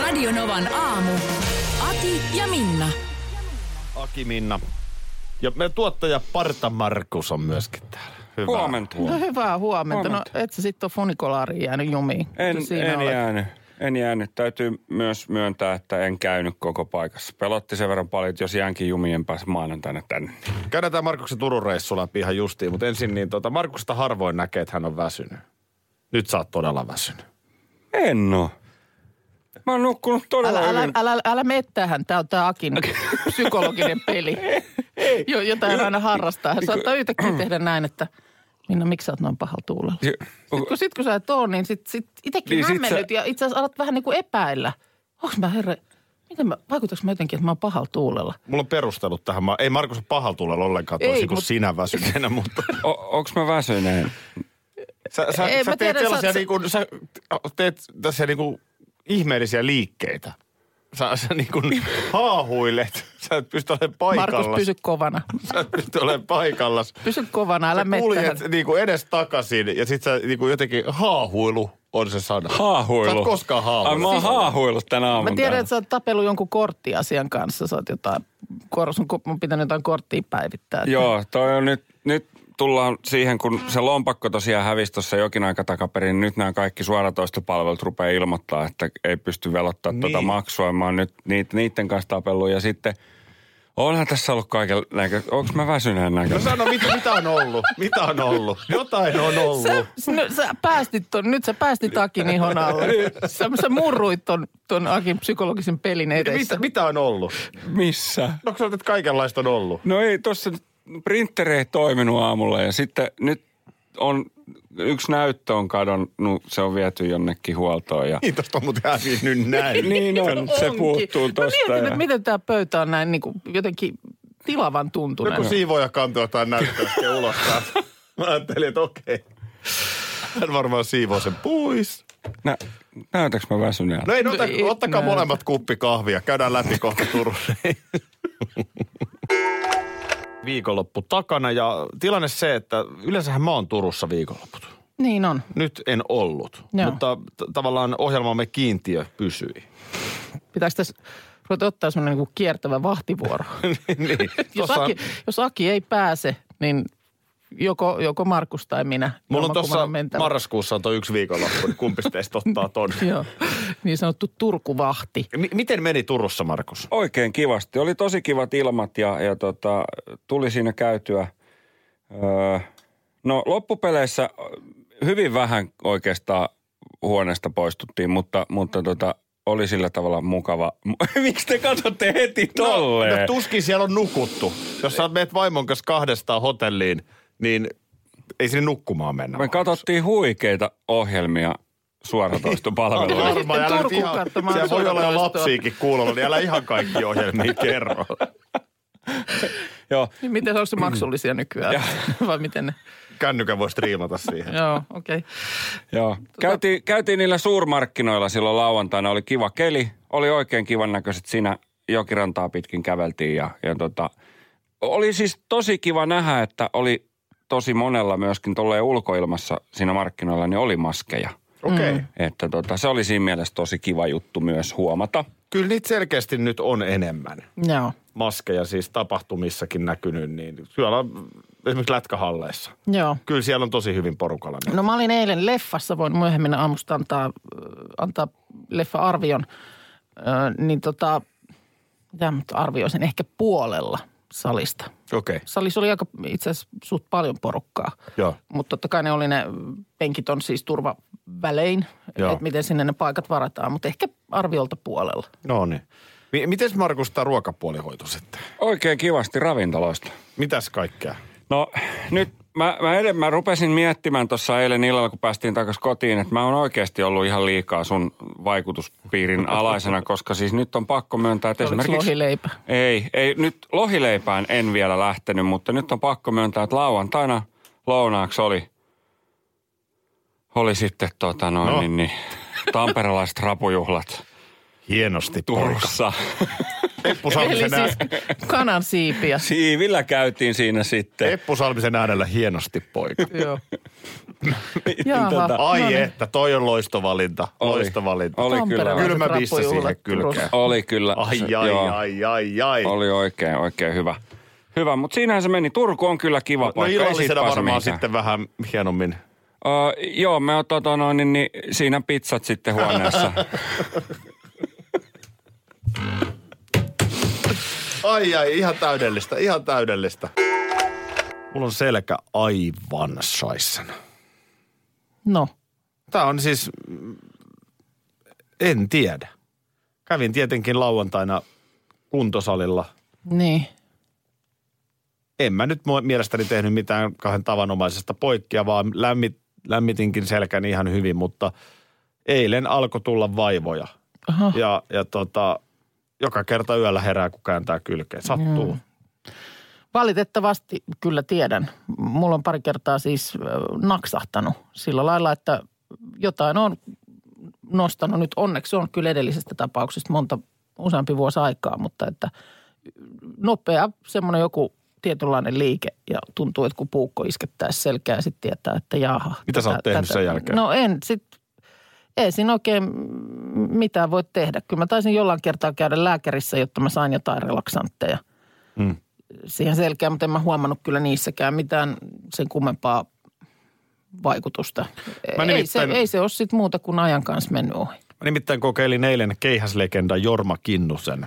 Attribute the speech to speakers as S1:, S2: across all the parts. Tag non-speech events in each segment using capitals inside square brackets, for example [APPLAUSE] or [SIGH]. S1: Radionovan aamu. Ati ja Minna.
S2: Aki Minna. Ja meidän tuottaja Parta Markus on myöskin täällä. Hyvää
S3: Huomenta.
S2: huomenta.
S4: No hyvää huomenta.
S3: Huomenta.
S4: No et sä sitten ole funikolaariin jäänyt jumiin.
S3: En,
S4: Kun sä
S3: en
S4: olet.
S3: jäänyt. En jäänyt. Täytyy myös myöntää, että en käynyt koko paikassa. Pelotti sen verran paljon, että jos jäänkin jumien pääs maanantaina tänne. niin
S2: Käydään tämä Markuksen Turun reissu läpi ihan justiin, mutta ensin niin tota, Markusta harvoin näkee, että hän on väsynyt. Nyt sä oot todella väsynyt.
S3: En oo. Mä oon nukkunut todella
S4: Älä, älä,
S3: hyvin.
S4: älä, älä, älä mene tähän. Tämä on tämä Akin psykologinen
S3: [LAUGHS]
S4: peli, jo, jota hän aina harrastaa.
S3: Niin
S4: Hän saattaa yhtäkkiä tehdä näin, että Minna, miksi sä oot noin pahalla tuulella?
S3: Si-
S4: Sitten kun, sit, kun sä et oo, niin sit, sit itekin
S3: Niin
S4: niin
S3: sit
S4: hämmennyt ja itse asiassa alat vähän niin kuin epäillä. Onks mä herra, miten mä, vaikutaks mä jotenkin, että mä oon pahalla tuulella?
S2: Mulla on perustelut tähän. Mä, ei Markus ole pahalla tuulella ollenkaan
S4: Ei,
S2: toisin kuin
S4: mut-
S2: sinä
S4: [LAUGHS]
S2: väsyneenä, mutta
S3: O- onks mä väsyneen?
S2: sä, sä,
S4: Ei,
S2: sä
S4: mä
S2: teet
S4: tiedän, sä-
S2: sellaisia
S4: sä-
S2: niin kuin, sä teet tässä niin kuin ihmeellisiä liikkeitä. Sä, sä
S4: [LAUGHS]
S2: niin kuin haahuilet. Sä et pysty olemaan paikallas.
S4: Markus, pysy kovana.
S2: Sä et pysty olemaan paikallas.
S4: Pysy kovana, älä
S2: Sä
S4: mene tähän.
S2: kuljet niinku edes takaisin ja sit sä niinku jotenkin haahuilu on se sana.
S3: Haahuilu.
S2: Sä et koskaan
S3: Ai mä
S2: haahuilu.
S3: oon haahuillut tänä
S4: Mä
S3: aamuna.
S4: tiedän, että sä oot tapellut jonkun korttiasian kanssa. Sä oot jotain, kor, sun ko- mun pitänyt jotain korttia päivittää.
S3: [LAUGHS] Joo, toi on nyt, nyt tullaan siihen, kun se lompakko tosiaan hävisi tuossa jokin aika takaperin. niin Nyt nämä kaikki suoratoistopalvelut rupeaa ilmoittaa, että ei pysty velottaa niin. tuota
S2: Niin.
S3: maksua. Mä oon nyt niit, niiden kanssa tapellut ja sitten onhan tässä ollut kaiken näkö... Onks mä väsyneen
S2: No
S3: näkö?
S2: sano, mitä, mitä on ollut? Mitä on ollut? Jotain on ollut.
S4: Sä, no, sä päästit ton, nyt sä päästit Akin ihon alle.
S3: Niin.
S4: Sä, sä murruit ton, ton Akin psykologisen pelin
S3: Niin,
S4: edessä.
S2: Mitä, mitä on ollut?
S3: Missä?
S2: No kun sä olet, että kaikenlaista on ollut.
S3: No ei, tuossa printeri ei toiminut aamulla ja sitten nyt on... Yksi näyttö on kadonnut, se on viety jonnekin huoltoon ja...
S2: Niin tosta on muuten hävinnyt
S4: [LAUGHS]
S2: näin.
S3: Niin on, se
S4: Onkin.
S3: puuttuu
S4: Mä
S3: tosta. Ja...
S4: mietin, että miten tää pöytä on näin niin kuin, jotenkin tilavan
S2: No
S4: tuntunen.
S2: kun siivoja kantoi jotain näyttöä sitten ulos täältä. Mä ajattelin, että okei. Hän varmaan siivoo sen pois.
S3: Nä, näytäks mä väsyneeltä?
S2: No ei, no,
S4: No
S2: ota,
S4: ei
S2: ottakaa
S4: näytä.
S2: molemmat kuppi kahvia. Käydään läpi kohta Turun. [LAUGHS] Viikonloppu takana ja tilanne se, että yleensähän mä oon Turussa viikonlopput.
S4: niin on.
S2: Nyt en ollut,
S4: Joo.
S2: mutta t- tavallaan ohjelmamme kiintiö pysyi. [LAUGHS]
S4: Pitäis tässä ruveta ottaa semmoinen niin
S3: [LAUGHS]
S4: kiertävä vahtivuoro.
S2: niin,
S4: jos,
S2: tossa-
S4: Aki, jos Aki ei pääse, niin joko, joko Markus tai minä.
S2: Mulla on
S4: Jommankumman
S2: tuossa
S4: mentävä.
S2: marraskuussa on toi yksi viikonloppu, niin kumpi teistä ottaa ton?
S4: [LAUGHS] Joo, niin sanottu Turkuvahti.
S2: M- miten meni Turussa, Markus?
S3: Oikein kivasti. Oli tosi kivat ilmat ja, ja tota, tuli siinä käytyä. Öö, no loppupeleissä hyvin vähän oikeastaan huoneesta poistuttiin, mutta, mutta tota, oli sillä tavalla mukava. [LAUGHS] Miksi te katsotte heti tolleen?
S2: No, tuskin siellä on nukuttu. Jos sä meet vaimon kanssa kahdestaan hotelliin, niin ei sinne nukkumaan mennä.
S3: Me
S2: Markus.
S3: katsottiin huikeita ohjelmia
S2: Varmaan,
S3: suoratoistopalveluista.
S4: sitten
S2: älä nyt
S4: Turkuun
S2: ihan-
S4: katsomaan
S2: Siellä voi olla jo
S4: suoratoistoa.
S2: lapsiikin kuulolla, niin älä ihan kaikki ohjelmia kerro.
S3: Joo.
S4: Niin miten, onko se [CLEARS THROAT] maksullisia nykyään? [LAUGHS] Vai miten ne?
S2: Kännykän voi striimata siihen.
S4: Joo, okei.
S3: Joo. Käytiin, käytiin niillä suurmarkkinoilla silloin lauantaina. Oli kiva keli. Oli oikein kivan näköiset siinä jokirantaa pitkin käveltiin. Ja, ja tota, oli siis tosi kiva nähdä, että oli tosi monella myöskin tolleen ulkoilmassa siinä markkinoilla, niin oli maskeja.
S2: Okei. Okay.
S3: Että tota, se oli siinä mielessä tosi kiva juttu myös huomata.
S2: Kyllä niitä selkeästi nyt on enemmän.
S4: Okay. Joo.
S2: Maskeja siis tapahtumissakin näkynyt, niin kyllä on esimerkiksi lätkähalleissa.
S4: Joo.
S2: Kyllä siellä on tosi hyvin porukalla.
S4: No mä olin eilen leffassa, voin myöhemmin aamusta antaa, äh, antaa leffa-arvion. Ö, niin tota, mitä mä nyt arvioisin, ehkä puolella salista.
S2: Okei. Okay.
S4: Salissa oli aika itse asiassa suht paljon porukkaa.
S2: Joo.
S4: Mutta totta kai ne oli ne penkit on siis turvavälein,
S2: Joo.
S4: että miten sinne ne paikat varataan, mutta ehkä arviolta puolella.
S2: No niin. Mi- Mites Markus tämä ruokapuoli hoitu sitten?
S3: Oikein kivasti ravintoloista.
S2: Mitäs kaikkea?
S3: No nyt mä, mä, edellä, mä rupesin miettimään tuossa eilen illalla, kun päästiin takaisin kotiin, että mä oon oikeasti ollut ihan liikaa sun vaikutuspiirin alaisena, koska siis nyt on pakko myöntää, että
S4: Oliko
S3: esimerkiksi...
S4: lohileipä?
S3: Ei, ei, nyt lohileipään en vielä lähtenyt, mutta nyt on pakko myöntää, että lauantaina lounaaksi oli, oli sitten tota noin,
S5: No.
S3: no. niin, niin, tamperelaiset rapujuhlat
S2: Hienosti poika.
S3: Turussa.
S2: Eppu
S4: Eli
S2: Salmisen, ää...
S4: siis kanan siipiä.
S3: Siivillä käytiin siinä sitten.
S2: Eppu Salmisen äänellä hienosti poika.
S4: Joo. Jaha.
S3: Tota,
S2: Ai
S4: No niin.
S2: että, toi on loistovalinta.
S3: Oli.
S2: Loistovalinta.
S3: Oli kyllä.
S4: Tamperelaiset
S2: Kylmä bissa siihen
S4: rappujuhlat
S2: kylkeen.
S4: Turussa.
S3: Oli kyllä.
S2: Ai,
S3: Se-
S2: ai,
S3: joo.
S2: ai, ai, ai. No
S3: Oli oikein, oikein hyvä. Hyvä, mutta siinähän se meni. Turku on kyllä kiva
S2: No
S3: paikka. ei siitä
S2: illallisena
S3: pääse
S2: varmaan
S3: mihinkään.
S2: sitten vähän hienommin.
S3: Öö, joo, me otan tota noin, niin, niin siinä pizzat
S2: [LAUGHS]
S3: sitten huoneessa.
S2: Ai ai, ihan täydellistä, ihan täydellistä. Mulla on selkä aivan saissana.
S4: No,
S2: Tämä on siis, mm, en tiedä. Kävin tietenkin lauantaina kuntosalilla.
S4: niin.
S2: En mä nyt mu- mielestäni tehnyt mitään kahden tavanomaisesta poikkia, vaan lämmit, lämmitinkin selkäni ihan hyvin, mutta eilen alkoi tulla vaivoja.
S4: Aha.
S2: Ja, ja tota, joka kerta yöllä herää, kun kääntää kylkeen. Sattuu.
S4: Valitettavasti kyllä tiedän. Mulla on pari kertaa siis ö, naksahtanut sillä lailla, että jotain on nostanut nyt. Onneksi on kyllä edellisestä tapauksesta monta, useampi vuosi aikaa, mutta että nopea semmoinen joku tietynlainen liike ja tuntuu, että kun puukko iskettäisiin selkää, sitten tietää, että jaha.
S2: Mitä sä oot
S4: tätä-
S2: tehnyt sen
S4: tätä-
S2: jälkeen?
S4: No en, sit ei siinä oikein mitään voi tehdä. Kyllä mä taisin jollain kertaa käydä lääkärissä, jotta mä sain jotain relaksantteja siihen selkeä, mutta en mä huomannut kyllä niissäkään mitään sen kummempaa vaikutusta.
S2: Mä
S4: ei, se,
S2: nimittäin-
S4: ei se ole sit muuta kuin ajan kanssa mennyt ohi.
S2: Mä nimittäin kokeilin eilen keihäslegenda Jorma Kinnusen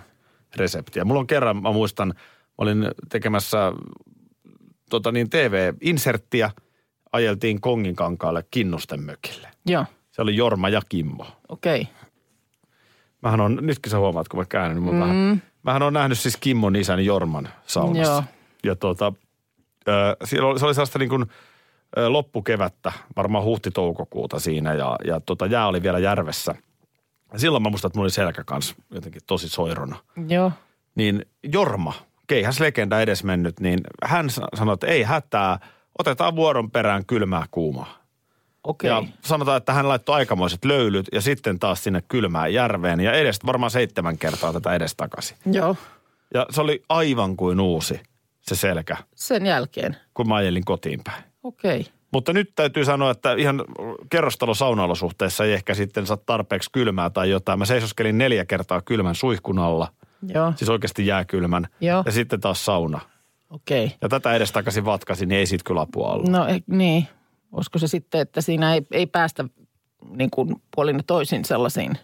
S2: reseptiä. Mulla on kerran, mä muistan, mä olin tekemässä tota niin, TV-inserttiä, ajeltiin Konginkankaalle Kinnusten mökille.
S4: Joo,
S2: Se oli Jorma ja Kimmo.
S4: okei. Okay.
S2: Mähän on, nytkin sä huomaat, kun mä käännyn, mutta mm. vähän, mähän on nähnyt siis Kimmon isän Jorman saunassa.
S4: Joo.
S2: Ja tuota, ö, siellä oli, se oli sellaista niin kuin ö, loppukevättä, varmaan huhti-toukokuuta siinä ja, ja tota, jää oli vielä järvessä. Ja silloin mä muistan, että mulla oli selkä kanssa jotenkin tosi soirona.
S4: Joo.
S2: Niin Jorma, keihäs legenda edesmennyt, niin hän sa- sanoi, että ei hätää, otetaan vuoron perään kylmää kuumaa.
S4: Okei.
S2: Okay. Ja sanotaan, että hän laittoi aikamoiset löylyt ja sitten taas sinne kylmään järveen ja edes varmaan seitsemän kertaa tätä edestakaisin.
S4: Joo.
S2: Ja se oli aivan kuin uusi se selkä,
S4: Sen jälkeen.
S2: kun mä ajelin kotiin päin.
S4: Okei. Okay.
S2: Mutta nyt täytyy sanoa, että ihan kerrostalo saunaolosuhteessa ei ehkä sitten saa tarpeeksi kylmää tai jotain. Mä seisoskelin neljä kertaa kylmän suihkun alla,
S4: Joo.
S2: siis oikeasti jääkylmän.
S4: Joo.
S2: Ja sitten taas sauna.
S4: Okei. Okay.
S2: Ja tätä edestakaisin vatkasin, niin ei siitä kyllä apua ollut.
S4: No eh, niin. Olisiko se sitten, että siinä ei, ei päästä niin kuin puolin ja toisin sellaisiin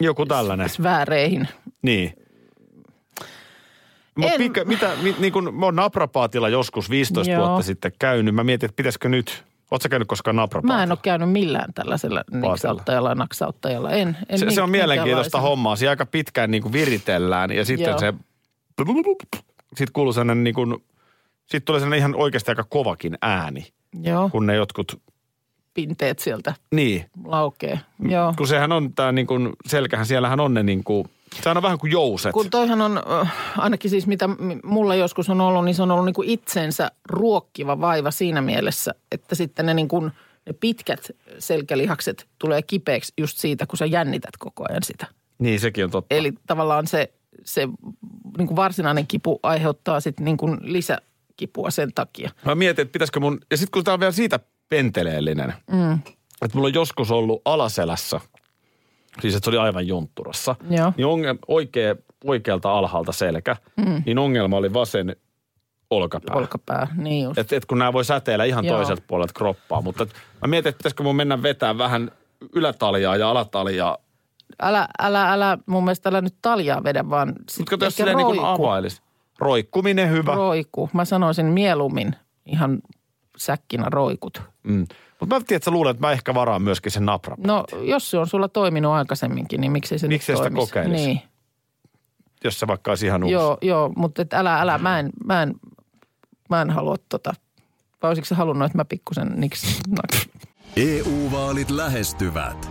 S2: Joku tällainen.
S4: sfääreihin?
S2: Niin. Mut
S4: En-
S2: mikä, mitä, mit, niin kun, mä oon naprapaatilla joskus 15 Joo.
S4: Joo.
S2: vuotta sitten käynyt. Mä mietin, että pitäisikö nyt, oot sä käynyt koskaan naprapaatilla?
S4: Mä en ole käynyt millään tällaisella niksauttajalla ja naksauttajalla. En, en
S2: se, se on
S4: mink-
S2: mielenkiintoista
S4: minkäänlaisella.
S2: hommaa. Siinä aika pitkään niin kuin viritellään ja sitten Joo.
S4: Joo.
S2: se... Sitten kuuluu sellainen niin kuin, sitten tulee sellainen ihan oikeasti aika kovakin ääni,
S4: Joo.
S2: kun ne jotkut...
S4: pinteet sieltä
S2: Niin,
S4: laukee. Joo.
S2: kun sehän on tämä niin kuin, selkähän siellähän on ne niin kuin, sehän on vähän kuin jouset.
S4: Kun toihan on, äh, ainakin siis mitä m- mulla joskus on ollut, niin se on ollut niin kuin itsensä ruokkiva vaiva siinä mielessä, että sitten ne, niin kuin, ne pitkät selkälihakset tulee kipeäksi just siitä, kun sä jännität koko ajan sitä.
S2: Niin, sekin on totta.
S4: Eli tavallaan se, se niin kuin varsinainen kipu aiheuttaa sitten niin kuin lisäkipua sen takia.
S2: Mä mietin, että pitäisikö mun, ja sitten kun tää on vielä siitä penteleellinen, mm. että mulla on joskus ollut alaselässä, siis että se oli aivan juntturassa,
S4: Joo.
S2: niin onge- oikea, oikealta alhaalta selkä, mm. niin ongelma oli vasen olkapää.
S4: Olkapää, niin just.
S2: Et, et kun nämä voi säteillä ihan Joo.
S4: Joo.
S2: toiselta puolelta kroppaa, mutta et mä mietin, että pitäisikö mun mennä vetää vähän ylätaljaa ja alataljaa.
S4: Älä, älä, älä, mun mielestä älä nyt taljaa vedä, vaan
S2: Mutta kato, jos
S4: ehkä
S2: silleen niin kuin
S4: roiku.
S2: availis. Roikkuminen hyvä.
S4: Roiku. Mä sanoisin mieluummin ihan säkkinä roikut.
S2: mm. Mutta mä tiedän, että sä luulen, että mä ehkä varaan myöskin sen napra.
S4: No, jos se on sulla toiminut aikaisemminkin, niin miksi se
S2: Miksei
S4: nyt
S2: sitä
S4: toimisi?
S2: kokeilisi?
S4: Niin.
S2: Jos se vaikka olisi ihan uusi.
S4: Joo, joo, mutta et älä, älä, mä en, mä en, mä en halua tota Vai olisitko sä halunnut, että mä pikkusen niksi? naks-
S6: EU-vaalit E lähestyvät.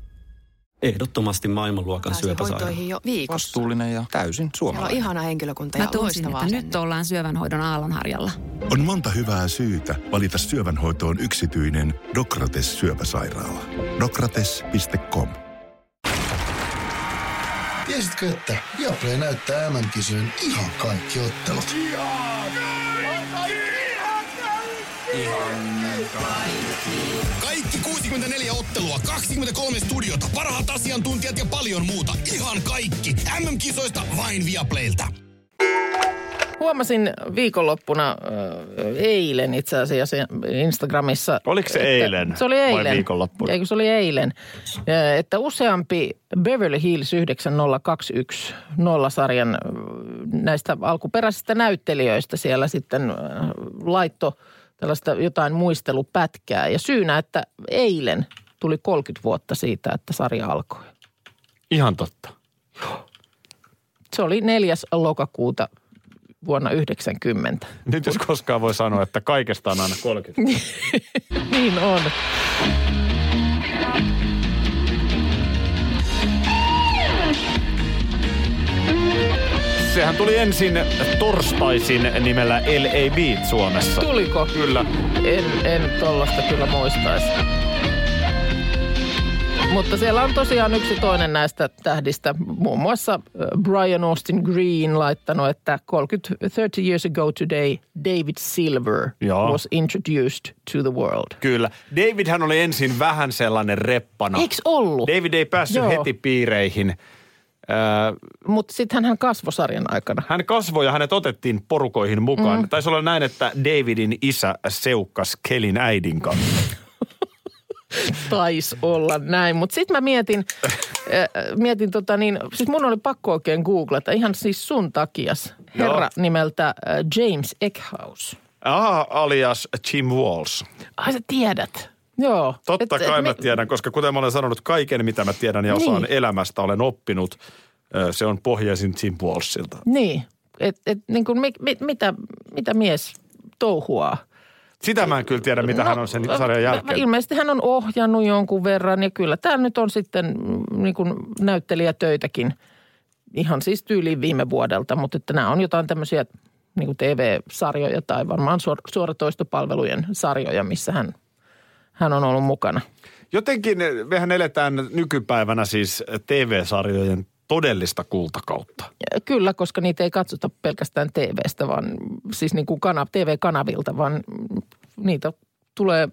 S7: Ehdottomasti maailmanluokan
S8: pääsee
S7: syöpäsairaala.
S8: hoitoihin jo viikossa.
S9: Vastuullinen ja täysin
S8: Siellä on
S9: suomalainen.
S8: ihana henkilökunta ja
S10: Mä tunsin,
S8: loistavaa
S10: että nyt
S8: asennetta.
S10: ollaan syövänhoidon aallonharjalla.
S11: On monta hyvää syytä valita syövänhoitoon yksityinen Dokrates syöpäsairaala. Dokrates.com
S12: Tiesitkö, että Viaplay näyttää MM-kisojen ihan kaikki ottelut?
S11: Kaikki 64 ottelua, 23 studiota, parhaat asiantuntijat ja paljon muuta. Ihan kaikki. MM-kisoista vain Viaplaylta.
S4: Huomasin viikonloppuna, äh, eilen itse asiassa Instagramissa.
S2: Oliko se
S4: että-
S2: eilen
S4: Se oli
S2: vai
S4: eilen.
S2: viikonloppuna?
S4: Eikö se oli eilen. Äh, Että useampi Beverly Hills 9021 nollasarjan äh, näistä alkuperäisistä näyttelijöistä siellä sitten äh, laitto tällaista jotain muistelupätkää. Ja syynä, että eilen tuli 30 vuotta siitä, että sarja alkoi.
S2: Ihan totta.
S4: Se oli 4. lokakuuta vuonna 90.
S2: Nyt jos koskaan voi sanoa, että kaikesta on aina 30.
S4: Niin on.
S2: Sehän tuli ensin torstaisin nimellä L.A. Beat Suomessa.
S4: Tuliko?
S2: Kyllä.
S4: En, en tollasta kyllä muistaisi. Mutta siellä on tosiaan yksi toinen näistä tähdistä, muun muassa äh, Brian Austin Green laittanut, että 30, 30 years ago today David Silver
S2: Joo.
S4: was introduced to the world.
S2: Kyllä. Davidhän oli ensin vähän sellainen reppana.
S4: Eiks ollut?
S2: No. David ei päässyt
S4: Joo.
S2: Joo. heti piireihin. Öö,
S4: Mutta sitten hän kasvosarjan aikana.
S2: Hän kasvoi ja hänet otettiin porukoihin mukaan. Mm. Taisi olla näin, että Davidin isä seukkas Kelin äidin kanssa.
S4: Taisi olla näin, mutta sitten mä mietin, äh, mietin tota niin, siis mun oli pakko oikein googlata, ihan siis sun takias, herra
S2: Joo.
S4: nimeltä äh, James Eckhouse.
S2: Aha, alias Jim Walls.
S4: Ai sä tiedät. Joo.
S2: Totta
S4: Et-
S2: et, kai
S4: et
S2: mä
S4: me-
S2: tiedän, koska kuten mä olen sanonut, kaiken mitä mä tiedän ja osaan
S4: Niin.
S2: elämästä olen oppinut, ö, se on pohjaisin Jim Wallsilta.
S4: Niin, että et, niin kuin mi, mi, mitä, mitä mies touhuaa.
S2: Sitä mä en kyllä tiedä, mitä no, hän on sen sarjan jälkeen.
S4: Ilmeisesti hän on ohjannut jonkun verran ja kyllä tämä nyt on sitten mm, niin kuin näyttelijätöitäkin ihan siis tyyliin viime vuodelta, mutta että nämä on jotain tämmöisiä niin kuin TV-sarjoja tai varmaan suor, suoratoistopalvelujen sarjoja, missä hän, hän on ollut mukana.
S2: Jotenkin mehän eletään nykypäivänä siis TV-sarjojen todellista kultakautta.
S4: Kyllä, koska niitä ei katsota pelkästään TV-stä, vaan siis niin kuin kana, TV-kanavilta, vaan niitä tulee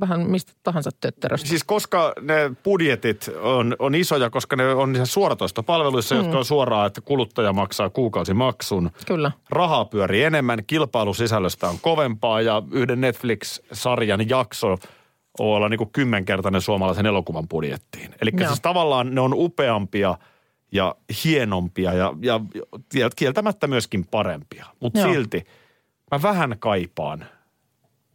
S4: vähän mistä tahansa tötteröstä.
S2: Siis koska ne budjetit on, on isoja, koska ne on niissä suoratoistopalveluissa, mm. jotka on suoraan, että kuluttaja maksaa kuukausimaksun.
S4: Kyllä.
S2: Rahaa pyörii enemmän, kilpailu sisällöstä on kovempaa ja yhden Netflix-sarjan jakso voi olla niin kuin kymmenkertainen suomalaisen elokuvan budjettiin. Eli
S4: Joo.
S2: siis tavallaan ne on upeampia ja hienompia ja, ja ja kieltämättä myöskin parempia. Mutta
S4: Joo.
S2: silti mä vähän kaipaan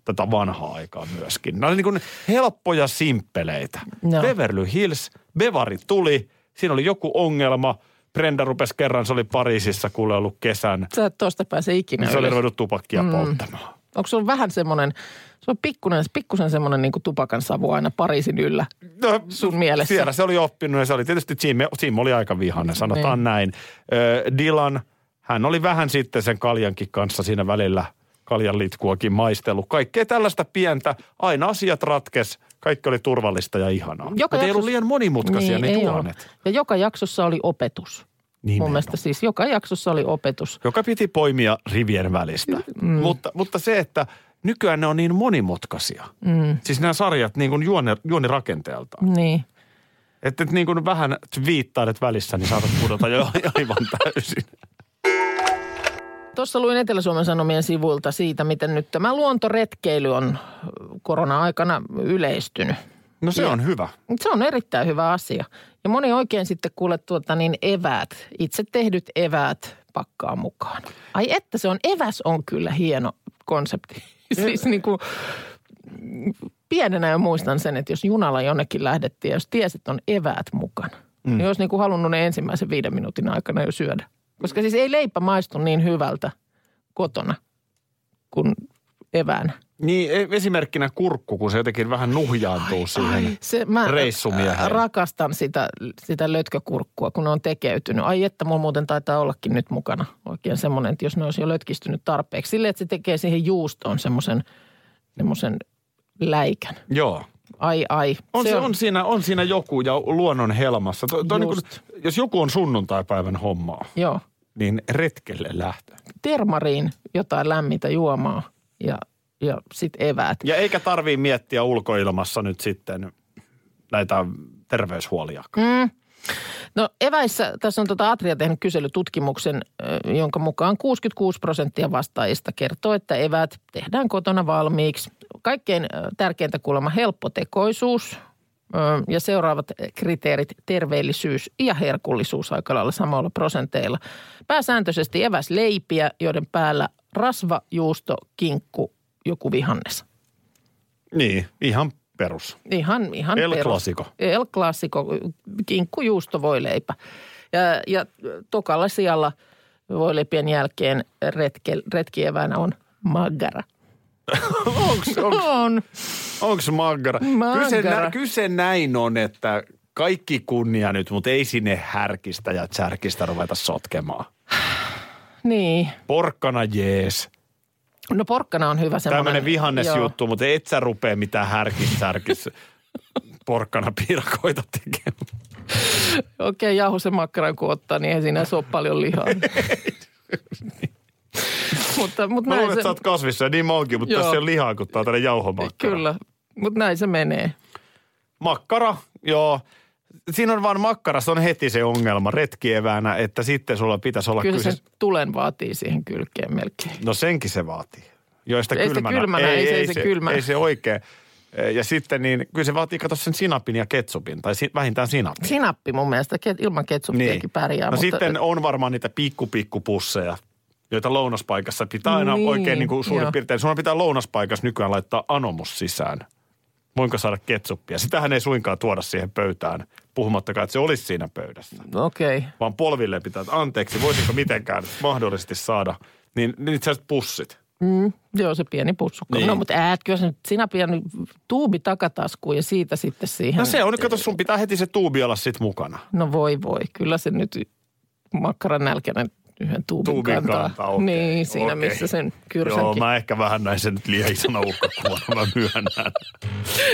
S2: tätä vanhaa aikaa myöskin. Nämä oli niin kuin helppoja simppeleitä.
S4: Joo.
S2: No. Beverly Hills, Bevari tuli, siinä oli joku ongelma. Brenda rupesi kerran, se oli Pariisissa kuule ollut kesän.
S4: Sä et tuosta pääse ikinä
S2: Niin Se oli
S4: ylös.
S2: ruvennut tupakkia mm. polttamaan.
S4: Onko sulla vähän semmoinen, se on pikkunen, pikkusen semmoinen niin kuin tupakan savu aina Pariisin yllä
S2: No,
S4: sun mielessä?
S2: siellä se oli oppinut ja se oli tietysti Jim, Jim oli aika vihainen, sanotaan niin.
S4: Niin.
S2: näin. Ö, Dylan, hän oli vähän sitten sen kaljankin kanssa siinä välillä kaljan litkuakin maistellut. Kaikkea tällaista pientä, aina asiat ratkes, kaikki oli turvallista ja ihanaa. Joka ei ollut liian monimutkaisia niin,
S4: ei
S2: ne
S4: ole.
S2: juonet.
S4: Ja joka jaksossa oli opetus. Niin Mun mielestä siis joka jaksossa oli opetus.
S2: joka piti poimia rivien välistä. Mm. Mutta, mutta se, että nykyään ne on niin monimutkaisia. Mm. Siis nämä sarjat niin kuin juone, juonirakenteeltaan.
S4: Niin.
S2: Että et niin kuin vähän twiittailet välissä, niin saatat pudota [LAUGHS] jo aivan täysin.
S4: Tuossa luin Etelä-Suomen Sanomien sivuilta siitä, miten nyt tämä luontoretkeily on korona-aikana yleistynyt.
S2: No se
S4: Ja-
S2: on hyvä.
S4: Mut Se on erittäin hyvä asia. Ja moni oikein sitten kuule tuota niin eväät, itse tehdyt eväät pakkaa mukaan. Ai että se on, eväs on kyllä hieno konsepti. [LAUGHS] siis niin kuin, pienenä jo muistan sen, että jos junalla jonnekin lähdettiin ja jos tiesit, että on eväät mukana, mm. niin olisi niin kuin halunnut ne ensimmäisen viiden minuutin aikana jo syödä. Koska siis ei leipä maistu niin hyvältä kotona kuin eväänä.
S2: Niin e- esimerkkinä kurkku, kun se jotenkin vähän nuhjaantuu siihen.
S4: Se, mä
S2: Reissumieheen.
S4: rakastan sitä, sitä lötkökurkkua, kun ne on tekeytynyt. Ai että, mulla muuten taitaa ollakin nyt mukana oikein semmoinen, että jos ne olisi jo lötkistynyt tarpeeksi. Silleen, että se tekee siihen juustoon semmoisen semmosen läikän.
S2: Joo.
S4: Ai ai.
S2: On, se, on. siinä, on siinä joku ja luonnon helmassa. To, to niin kuin,
S4: Just. jos
S2: jos joku on sunnuntaipäivän hommaa,
S4: Joo.
S2: niin retkelle lähtö.
S4: Termariin jotain lämmintä juomaa ja, ja sitten eväät.
S2: Ja eikä tarvii miettiä ulkoilmassa nyt sitten näitä terveyshuolia.
S4: No eväissä, tässä on tuota Atria tehnyt kyselytutkimuksen, ö, jonka mukaan 66 prosenttia vastaajista kertoo, että evät tehdään kotona valmiiksi. Kaikkein ö, tärkeintä kuulemma helppotekoisuus ö, ja seuraavat kriteerit terveellisyys ja herkullisuus aika lailla samoilla prosenteilla. Pääsääntöisesti eväsleipiä, joiden päällä rasva, juusto, kinkku, joku vihannes.
S2: Niin, ihan perus.
S4: Ihan, ihan
S2: El
S4: perus.
S2: Clasico.
S4: El Clasico, kinkkujuusto voi leipä. Ja, ja tokalla sijalla voileipien jälkeen retke, retkievänä on maggara.
S2: Onks, onks,
S4: On.
S2: onks maggara?
S4: Maggara.
S2: Kyse, nä, kyse näin on, että kaikki kunnia nyt, mutta ei sinne härkistä ja tsärkistä ruveta sotkemaan.
S4: Niin.
S2: Porkkana jees.
S4: No porkkana on hyvä semmoinen.
S2: Tämmöinen
S4: Joo.
S2: vihannesjuttu, mutta et sä rupee mitään härkis-särkis porkkana piirakoita tekemään.
S4: Okei, jauho sen makkaran kun ottaa, niin ei siinä ole
S2: [LAUGHS]
S4: paljon lihaa. mutta, mutta
S2: Mä
S4: näin
S2: luulen, että
S4: se,
S2: sä oot kasvissa ja niin mä oonkin, mutta
S4: Joo.
S2: tässä ei ole lihaa, kun tää on tällainen jauhomakkara.
S4: Kyllä, mutta näin se menee.
S2: Makkara, joo. Siinä on vaan makkara, se on heti se ongelma retkieväänä, että sitten sulla pitäisi olla
S4: Kyllä
S2: kyse.
S4: se tulen vaatii siihen kylkeen melkein.
S2: No senkin se vaatii. Joista
S4: Ei sitä
S2: kylmänä.
S4: kylmänä, ei se- ei se kylmänä.
S2: Ei se oikein. Ja sitten niin, kyllä se vaatii, kato sen sinapin ja ketsupin, tai si- vähintään sinapin.
S4: Sinappi mun mielestä, ke- ilman ketsuppiakin pärjää.
S2: no
S4: mutta,
S2: sitten on varmaan niitä pikkupikkupusseja, joita lounaspaikassa pitää aina
S4: Niin,
S2: oikein niin kuin suurin
S4: joo.
S2: piirtein. Sun pitää lounaspaikassa nykyään laittaa anomus sisään. Voinko saada ketsuppia? Sitähän ei suinkaan tuoda siihen pöytään, puhumattakaan, että se olisi siinä pöydässä.
S4: Okei.
S2: Vaan polville pitää, että anteeksi, voisinko mitenkään mahdollisesti saada. Niin, niin itse asiassa pussit.
S4: Joo, se pieni putsukka. Niin.
S2: Niin.
S4: No, mutta äät, kyllä se nyt sinä pieni tuubi takataskuun ja siitä sitten siihen.
S2: No se on, kato, sun pitää heti se tuubi olla sit mukana.
S4: No voi voi, kyllä se nyt makkaran nälkäinen yhden tuubin,
S2: Tuubin
S4: kantaa.
S2: kantaa, okei,
S4: Niin, siinä
S2: okei.
S4: missä sen
S2: Joo,
S4: kyrsänkin.
S2: mä ehkä vähän näin sen nyt liian isona uhkakuvana, mä myönnän.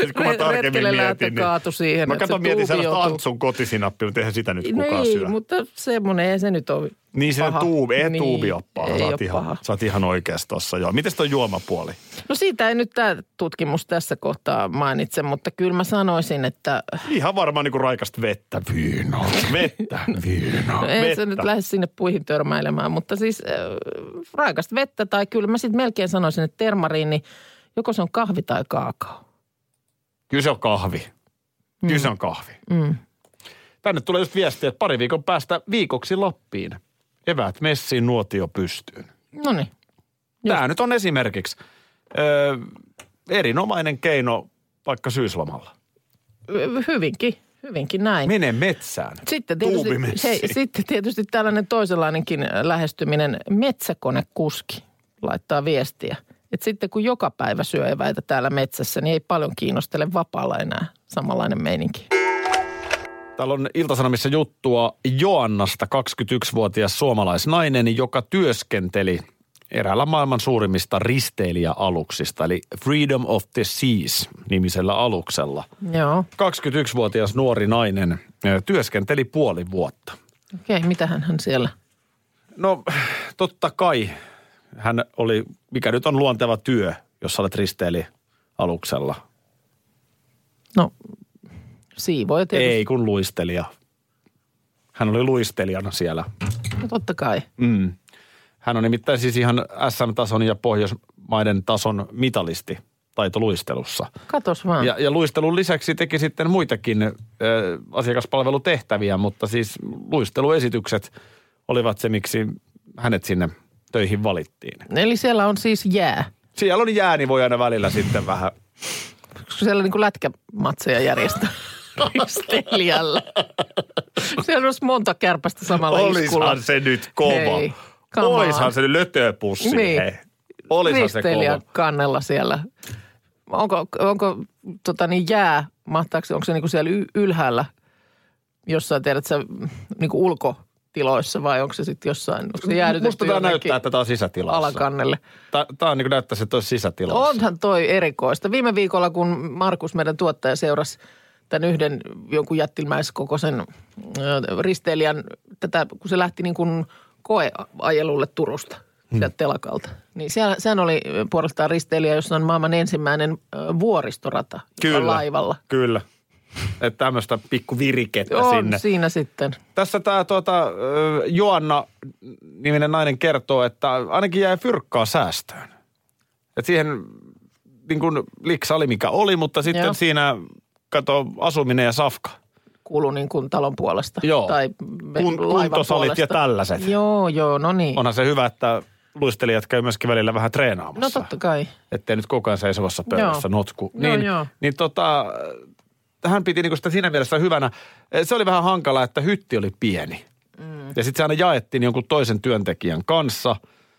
S2: Nyt kun mä
S4: Re-
S2: tarkemmin
S4: retkelle lähtö
S2: mietin, niin-
S4: kaatui siihen,
S2: mä
S4: että
S2: katon
S4: se
S2: mietin
S4: tuubi
S2: sellaista
S4: joutuu-
S2: Antsun kotisinappia, mutta eihän sitä nyt
S4: no
S2: kukaan
S4: ei,
S2: syö.
S4: mutta semmoinen ei se nyt ole
S2: Niin se
S4: paha.
S2: tuubi, ei
S4: Niin,
S2: tuubi ole paha.
S4: Ei
S2: sä,
S4: ole
S2: oot
S4: paha.
S2: ihan, sä oot ihan oikeassa tossa, joo. Mites toi juomapuoli?
S4: No siitä ei nyt tämä tutkimus tässä kohtaa mainitse, mutta kyllä mä sanoisin, että
S2: Ihan varmaan niinku raikasta vettä. Viinaa. Vettä. Viinaa.
S4: No ei se nyt lähde sinne puihin törmäilemään, mutta siis äh, raikasta vettä tai kyllä mä sitten melkein sanoisin, että termariini, joko se on kahvi tai kaakao.
S2: Kyllä se on kahvi. Kyllä se on kahvi.
S4: Mm.
S2: Tänne tulee just viestiä, että pari viikon päästä viikoksi Lappiin. Eväät messiin, nuotio pystyyn.
S4: No niin,
S2: Tämä nyt on esimerkiksi ö, erinomainen keino vaikka syyslomalla.
S4: hyvinkin, hyvinkin näin.
S2: Mene metsään.
S4: Sitten tietysti,
S2: Tuubimessiin.
S4: hei, sitten tietysti tällainen toisenlainenkin äh, lähestyminen, metsäkonekuski laittaa viestiä. Et sitten kun joka päivä syö eväitä täällä metsässä, niin ei paljon kiinnostele vapaalla enää samanlainen meininki.
S2: Täällä on Iltasanomissa juttua Joannasta, 21-vuotias suomalaisnainen, joka työskenteli eräällä maailman suurimmista risteilijäaluksista, eli Freedom of the Seas nimisellä aluksella.
S4: Joo,
S2: 21-vuotias nuori nainen ö, työskenteli puoli vuotta.
S4: okei, okay, mitähän hän siellä?
S2: No totta kai hän oli, mikä nyt on luonteva työ, jos olet risteili aluksella.
S4: No, siivoja tietysti.
S2: Ei kun luistelija. Hän oli luistelijana siellä.
S4: No totta kai.
S2: Mm. Hän on nimittäin siis ihan SM-tason ja Pohjoismaiden tason mitalisti taito luistelussa.
S4: Katos vaan.
S2: Ja, ja luistelun lisäksi teki sitten muitakin ö, asiakaspalvelutehtäviä, mutta siis luisteluesitykset olivat se, miksi hänet sinne töihin valittiin.
S4: Eli siellä on siis jää.
S2: Siellä on jää, niin voi aina välillä sitten
S4: [LAUGHS]
S2: vähän.
S4: Koska siellä niin kuin lätkämatseja
S2: [LAUGHS]
S4: järjestää risteilijällä. Siellä olisi monta kärpästä samalla iskulla.
S2: Olishan se nyt kova.
S4: Hei, come on.
S2: Olishan se nyt lötöpussi.
S4: Niin.
S2: hei. Olishan se
S4: Risteilijän
S2: kova.
S4: kannella siellä. Onko, onko tota niin, jää, mahtaako, se- onko se niin kuin siellä y- ylhäällä jossain, tiedät sä, niin kuin ulkotiloissa vai onko se sitten jossain, onko se jäädytetty
S2: Musta tämä
S4: jonnekin
S2: näyttää, että tämä on sisätilassa.
S4: alakannelle?
S2: Tämä on niin kuin näyttäisi, että olisi sisätilassa.
S4: Onhan toi erikoista. Viime viikolla, kun Markus, meidän tuottaja, seurasi tämän yhden jonkun jättimäiskokoisen ö, risteilijän, tätä, kun se lähti niin kuin koeajelulle Turusta
S2: Hmm.
S4: sieltä telakalta. Niin siellä, sehän oli ö, puolestaan risteilijä, jossa on maailman ensimmäinen ö, vuoristorata joka on laivalla.
S2: Kyllä. Että tämmöistä pikku virikettä
S4: On
S2: sinne.
S4: siinä sitten.
S2: Tässä tämä tuota, ö, Joanna-niminen nainen kertoo, että ainakin jäi fyrkkaa säästöön. Et siihen niin kuin liksa oli mikä oli, mutta sitten
S4: Joo.
S2: siinä kato asuminen ja safka.
S4: Kuului niin kuin talon puolesta.
S2: Joo.
S4: Tai
S2: Kun-
S4: laivan
S2: kuntosalit ja
S4: puolesta.
S2: tällaiset.
S4: Joo, joo, no niin.
S2: Onhan se hyvä, että luistelijat käy myöskin välillä vähän treenaamassa.
S4: No totta kai.
S2: ettei nyt koko ajan seisovassa pöydässä
S4: Joo.
S2: notku.
S4: Joo,
S2: Niin,
S4: joo.
S2: niin tota, hän piti niinku sitä siinä mielessä hyvänä. Eh, Se oli vähän hankala, että hytti oli pieni. Mm. Ja sitten se aina jaettiin jonkun toisen työntekijän kanssa.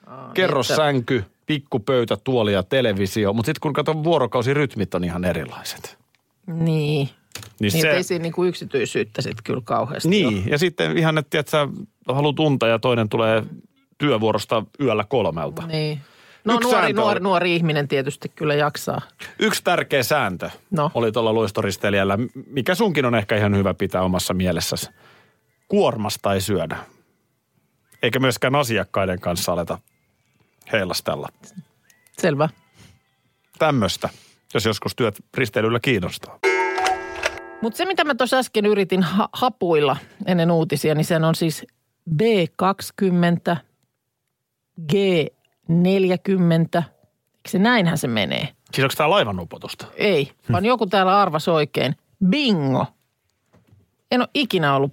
S4: niin,
S2: Kerrossänky, pikkupöytä, tuoli ja televisio. Mutta sitten kun katson vuorokausirytmit on ihan erilaiset.
S4: Niin.
S2: Niin,
S4: Niin, se... ei siinä niinku yksityisyyttä sitten kyllä kauheasti ole.
S2: niin. ja sitten ihan, että tiedät sä haluat unta ja toinen tulee työvuorosta yöllä kolmelta.
S4: Niin. No
S2: Yksi
S4: nuori,
S2: sääntö
S4: nuori,
S2: oli-
S4: nuori ihminen tietysti kyllä jaksaa.
S2: Yksi tärkeä sääntö no.
S4: No.
S2: oli tuolla luistoristeilijällä, mikä sunkin on ehkä ihan hyvä pitää omassa mielessäsi. Kuormasta ei syödä. Eikä myöskään asiakkaiden kanssa aleta heilastella.
S4: Selvä.
S2: Tämmöistä, jos joskus työt risteilyllä kiinnostaa.
S4: Mutta se, mitä mä tuossa äsken yritin ha- hapuilla ennen uutisia, niin sen on siis B20, G40. Eikö se näinhän se menee?
S2: Siis onko tämä laivanupotusta?
S4: Ei,
S2: Hmm.
S4: vaan joku täällä arvasi oikein. Bingo. En ole ikinä ollut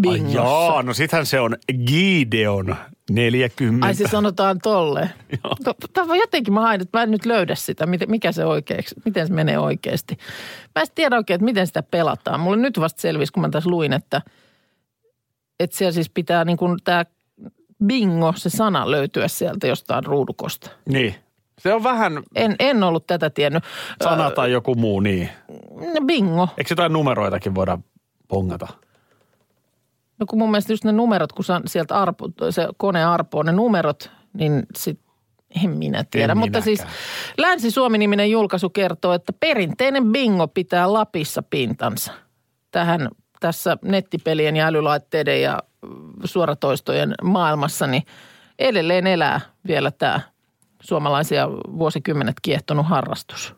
S4: bingossa.
S2: jaa, no sittenhän se on Gideon 40.
S4: Ai siis se sanotaan tolle. Tämä on jotenkin mä hain, että mä en nyt löydä sitä, mit- mikä se oikeaksi, miten se menee oikeasti. Mä en sit tiedä oikein, että miten sitä pelataan. Mulle nyt vasta selvisi, kun mä tässä luin, että, että siellä siis pitää niin kuin tämä bingo, se sana löytyä sieltä jostain ruudukosta.
S2: Niin. Se on vähän äh,
S4: En, en ollut tätä tiennyt.
S2: sana tai joku muu, niin.
S4: No bingo.
S2: Eikö jotain numeroitakin voida pongata?
S4: No kun mun mielestä just ne numerot, kun sa- sieltä arpo, se kone arpoo ne numerot, niin sit en minä tiedä.
S2: En
S4: Mutta siis
S2: minäkään.
S4: Länsi-Suomi-niminen julkaisu kertoo, että perinteinen bingo pitää Lapissa pintansa. Tähän tässä nettipelien ja älylaitteiden ja mm, suoratoistojen maailmassa, niin edelleen elää vielä tämä suomalaisia vuosikymmenet kiehtonut harrastus.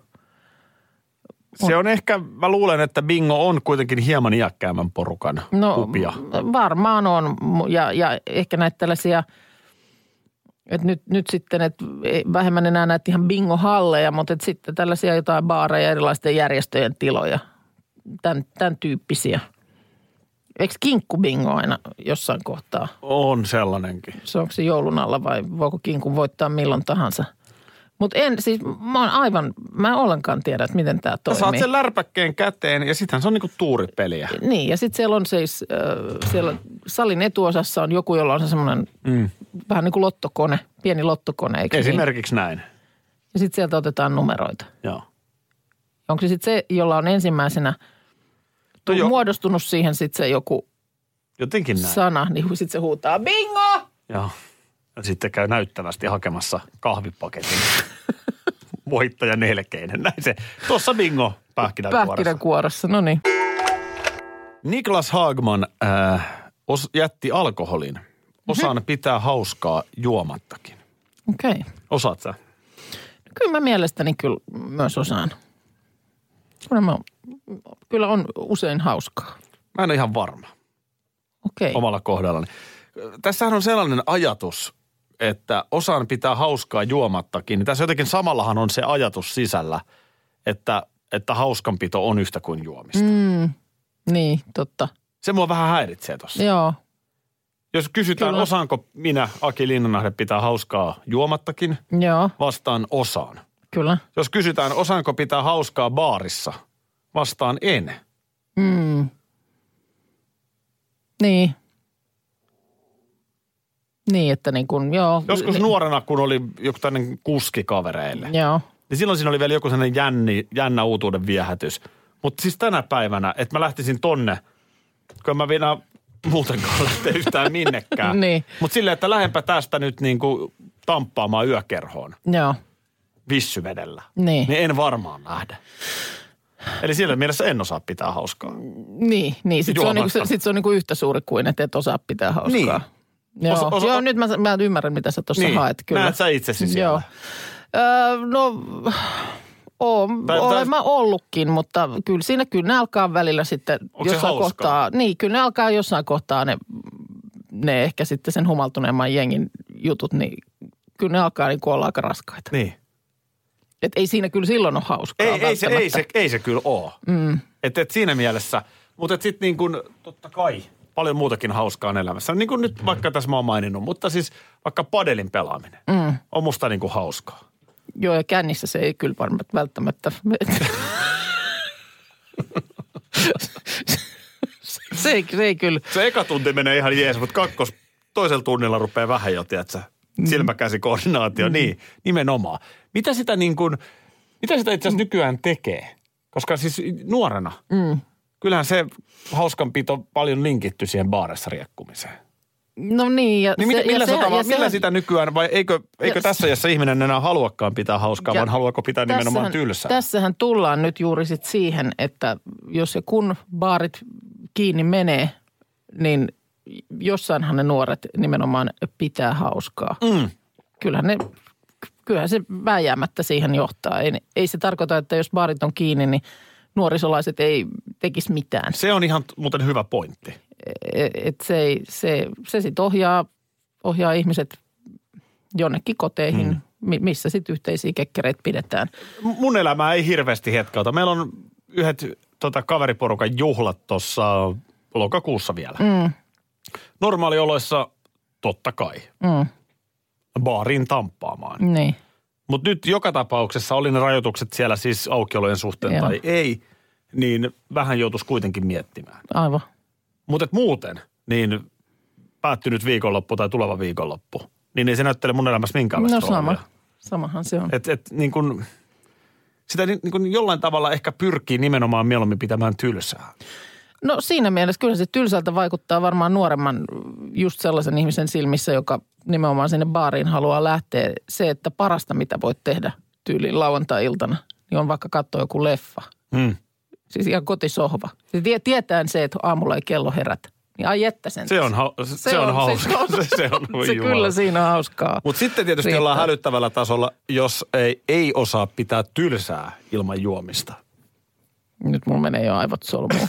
S2: Se on ehkä, mä luulen, että bingo on kuitenkin hieman iäkkäämmän porukan no, kupia.
S4: m- varmaan on. Mu- Ja, ja ehkä näitä tällaisia, että nyt, nyt sitten, että ei- vähemmän enää näitä ihan bingohalleja, mutta että sitten tällaisia jotain baareja, erilaisten järjestöjen tiloja, tämän, tämän tyyppisiä. Eikö kinkkubingo aina jossain kohtaa?
S2: On sellainenkin.
S4: Se onko se joulun alla vai voiko kinkun voittaa milloin tahansa? Mutta en, siis mä oon aivan, mä en ollenkaan tiedä, että miten tämä
S2: Sä
S4: toimii.
S2: saat sen lärpäkkeen käteen ja sittenhän se on niinku tuuripeliä.
S4: Niin, ja sitten siellä on siis, äh, siellä salin etuosassa on joku, jolla on se semmoinen mm. vähän niin kuin lottokone, pieni lottokone, eikö niin?
S2: Esimerkiksi näin.
S4: Ja sitten sieltä otetaan numeroita.
S2: Joo.
S4: Onko se sitten se, jolla on ensimmäisenä
S2: No
S4: no
S2: jo,
S4: muodostunut siihen sitten se joku
S2: jotenkin näin.
S4: Näin. sana, niin sitten se huutaa bingo!
S2: Joo. Ja sitten käy näyttävästi hakemassa
S4: [LAUGHS]
S2: kahvipaketin. Voittaja nelkeinen. Näin se. Tuossa bingo pähkinänkuoressa.
S4: Pähkinänkuoressa, no niin.
S2: Niklas Haagman äh, os, jätti alkoholin.
S4: Mhm.
S2: Osaan mm-hmm. pitää hauskaa juomattakin.
S4: Okei. Okay.
S2: Osaat sä?
S4: Kyllä mä mielestäni kyllä myös osaan. Kyllä, mä, kyllä on usein hauskaa.
S2: Mä en ole ihan varma.
S4: Okei. Okay.
S2: omalla kohdallani. Tässähän on sellainen ajatus, että osaan pitää hauskaa juomattakin, niin tässä jotenkin samallahan on se ajatus sisällä, että, että hauskanpito on yhtä kuin juomista. Mm.
S4: Niin, totta.
S2: Se mua vähän häiritsee tuossa.
S4: Joo.
S2: Jos kysytään,
S4: Kyllä.
S2: osaanko minä, Aki Linnanahde, pitää hauskaa juomattakin,
S4: Joo,
S2: vastaan osaan.
S4: kyllä.
S2: Jos kysytään, osaanko pitää hauskaa baarissa, vastaan en.
S4: Mm. Niin. Niin, että niin kuin, joo.
S2: Joskus
S4: Ni-
S2: nuorena, kun oli joku tämmöinen kuski kavereille,
S4: Joo.
S2: niin silloin siinä oli vielä joku sellainen jänni, jännä uutuuden viehätys. Mutta siis tänä päivänä, että mä lähtisin tonne, kun en mä vielä muutenkaan lähteä yhtään minnekään.
S4: [LAUGHS] Niin.
S2: Mutta silleen, että lähdenpä tästä nyt niin kuin tamppaamaan yökerhoon
S4: Joo,
S2: vissyvedellä.
S4: niin.
S2: Niin en varmaan lähde. Eli sillä mielessä en osaa pitää hauskaa.
S4: Niin, niin. Sitten se on, niinku,
S2: Juomasta.
S4: se, sit se on niinku yhtä suuri kuin, että et osaa pitää hauskaa. Niin. Joo,
S2: Osa- osa-
S4: joo nyt mä, mä ymmärrän, mitä sä tuossa
S2: Niin.
S4: haet. Kyllä.
S2: Näet sä itsesi siellä?
S4: Joo. Öö, no, oon,
S2: Tai- tai-
S4: olen mä ollutkin, mutta kyllä siinä kyllä ne alkaa välillä sitten
S2: Onko se hauskaa?
S4: kohtaa. Niin, kyllä ne alkaa jossain kohtaa ne, ne ehkä sitten sen humaltuneemman jengin jutut, niin kyllä ne alkaa niin olla aika raskaita.
S2: Niin.
S4: Et ei siinä kyllä silloin ole hauskaa
S2: Ei, ei, se, ei,
S4: välttämättä.
S2: se, ei se kyllä ole. Mm. Et, et siinä mielessä, mutta sitten niin kuin totta kai paljon muutakin hauskaa on elämässä. Niin kuin nyt vaikka tässä mä oon maininnut, mutta siis vaikka padelin pelaaminen mm. on musta niin kuin hauskaa.
S4: Joo, ja kännissä se ei kyllä varmaan
S2: [LAUGHS]
S4: välttämättä. se, ei, se ei kyllä.
S2: Se eka tunti menee ihan jees, mutta kakkos, toisella tunnilla rupeaa vähän jo, tiedätkö, silmäkäsikoordinaatio, mm. niin, nimenomaan. Mitä sitä niin kuin, mitä sitä itse asiassa nykyään tekee? Koska siis nuorena, mm. kyllähän se hauskanpito paljon linkitty siihen baarissa riekkumiseen.
S4: No niin. Ja
S2: Niin
S4: se,
S2: mitä, millä,
S4: ja
S2: se,
S4: sehän-
S2: tavalla,
S4: ja
S2: millä
S4: sehän-
S2: sitä nykyään, vai eikö, eikö
S4: Ja-
S2: tässä iässä ihminen enää haluakaan pitää hauskaa,
S4: Ja
S2: vaan haluaako pitää Äh, nimenomaan tylsää?
S4: Tässähän tullaan nyt juuri sit siihen, että jos ja kun baarit kiinni menee, niin jossainhan ne nuoret nimenomaan pitää hauskaa.
S2: Mm.
S4: Kyllähän ne kyllähän se vääjäämättä siihen johtaa. Ei, ei se tarkoita, että jos baarit on kiinni, niin nuorisolaiset ei tekisi mitään.
S2: Se on ihan t- muuten hyvä pointti.
S4: Et, et se ei- se, se sitten ohjaa, ohjaa ihmiset jonnekin koteihin, mm. missä sitten yhteisiä kekkereitä pidetään.
S2: mun elämää ei hirveästi hetkauta. Meillä on yhdet tota, kaveriporukan juhlat tuossa lokakuussa vielä. Mm. Normaalioloissa totta kai.
S4: Mm,
S2: Baariin tamppaamaan.
S4: niin.
S2: Mutta nyt joka tapauksessa oli ne rajoitukset siellä siis aukiolojen suhteen
S4: Joo.
S2: tai ei, niin vähän joutuisi kuitenkin miettimään.
S4: Aivan.
S2: Mutta muuten, niin päättynyt viikonloppu tai tuleva viikonloppu, niin ei se näyttele mun elämässä minkäänlaista
S4: No sama.
S2: roolia.
S4: Samahan se on.
S2: Et,
S4: Et,
S2: et, niin kun, sitä niin, niin kun jollain tavalla ehkä pyrkii nimenomaan mieluummin pitämään tylsää.
S4: no siinä mielessä kyllä se tylsältä vaikuttaa varmaan nuoremman just sellaisen ihmisen silmissä, joka nimenomaan sinne baariin haluaa lähteä. Se, että parasta mitä voit tehdä tyyliin lauantai-iltana, niin on vaikka katsoa joku leffa.
S2: Mm.
S4: Siis ihan kotisohva. Se tie- tietää se, että aamulla ei kello herätä. Niin ai että sen.
S2: Se on, ha- se, se on, hauska. [LAUGHS]
S4: Se,
S2: se, se on
S4: se kyllä siinä on hauskaa.
S2: Mutta sitten tietysti
S4: Riittää.
S2: ollaan hälyttävällä tasolla, jos ei, ei osaa pitää tylsää ilman juomista.
S4: Nyt mulla menee jo aivot solmuun.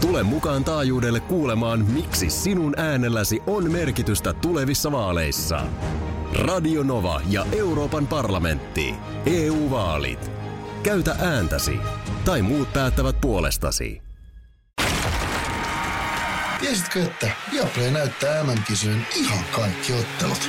S6: Tule mukaan taajuudelle kuulemaan, miksi sinun äänelläsi on merkitystä tulevissa vaaleissa. Radio Nova ja Euroopan parlamentti. EU-vaalit. Käytä ääntäsi. Tai muut päättävät puolestasi.
S12: Tiesitkö, että Viaplay näyttää MM-kisojen ihan kaikki ottelut?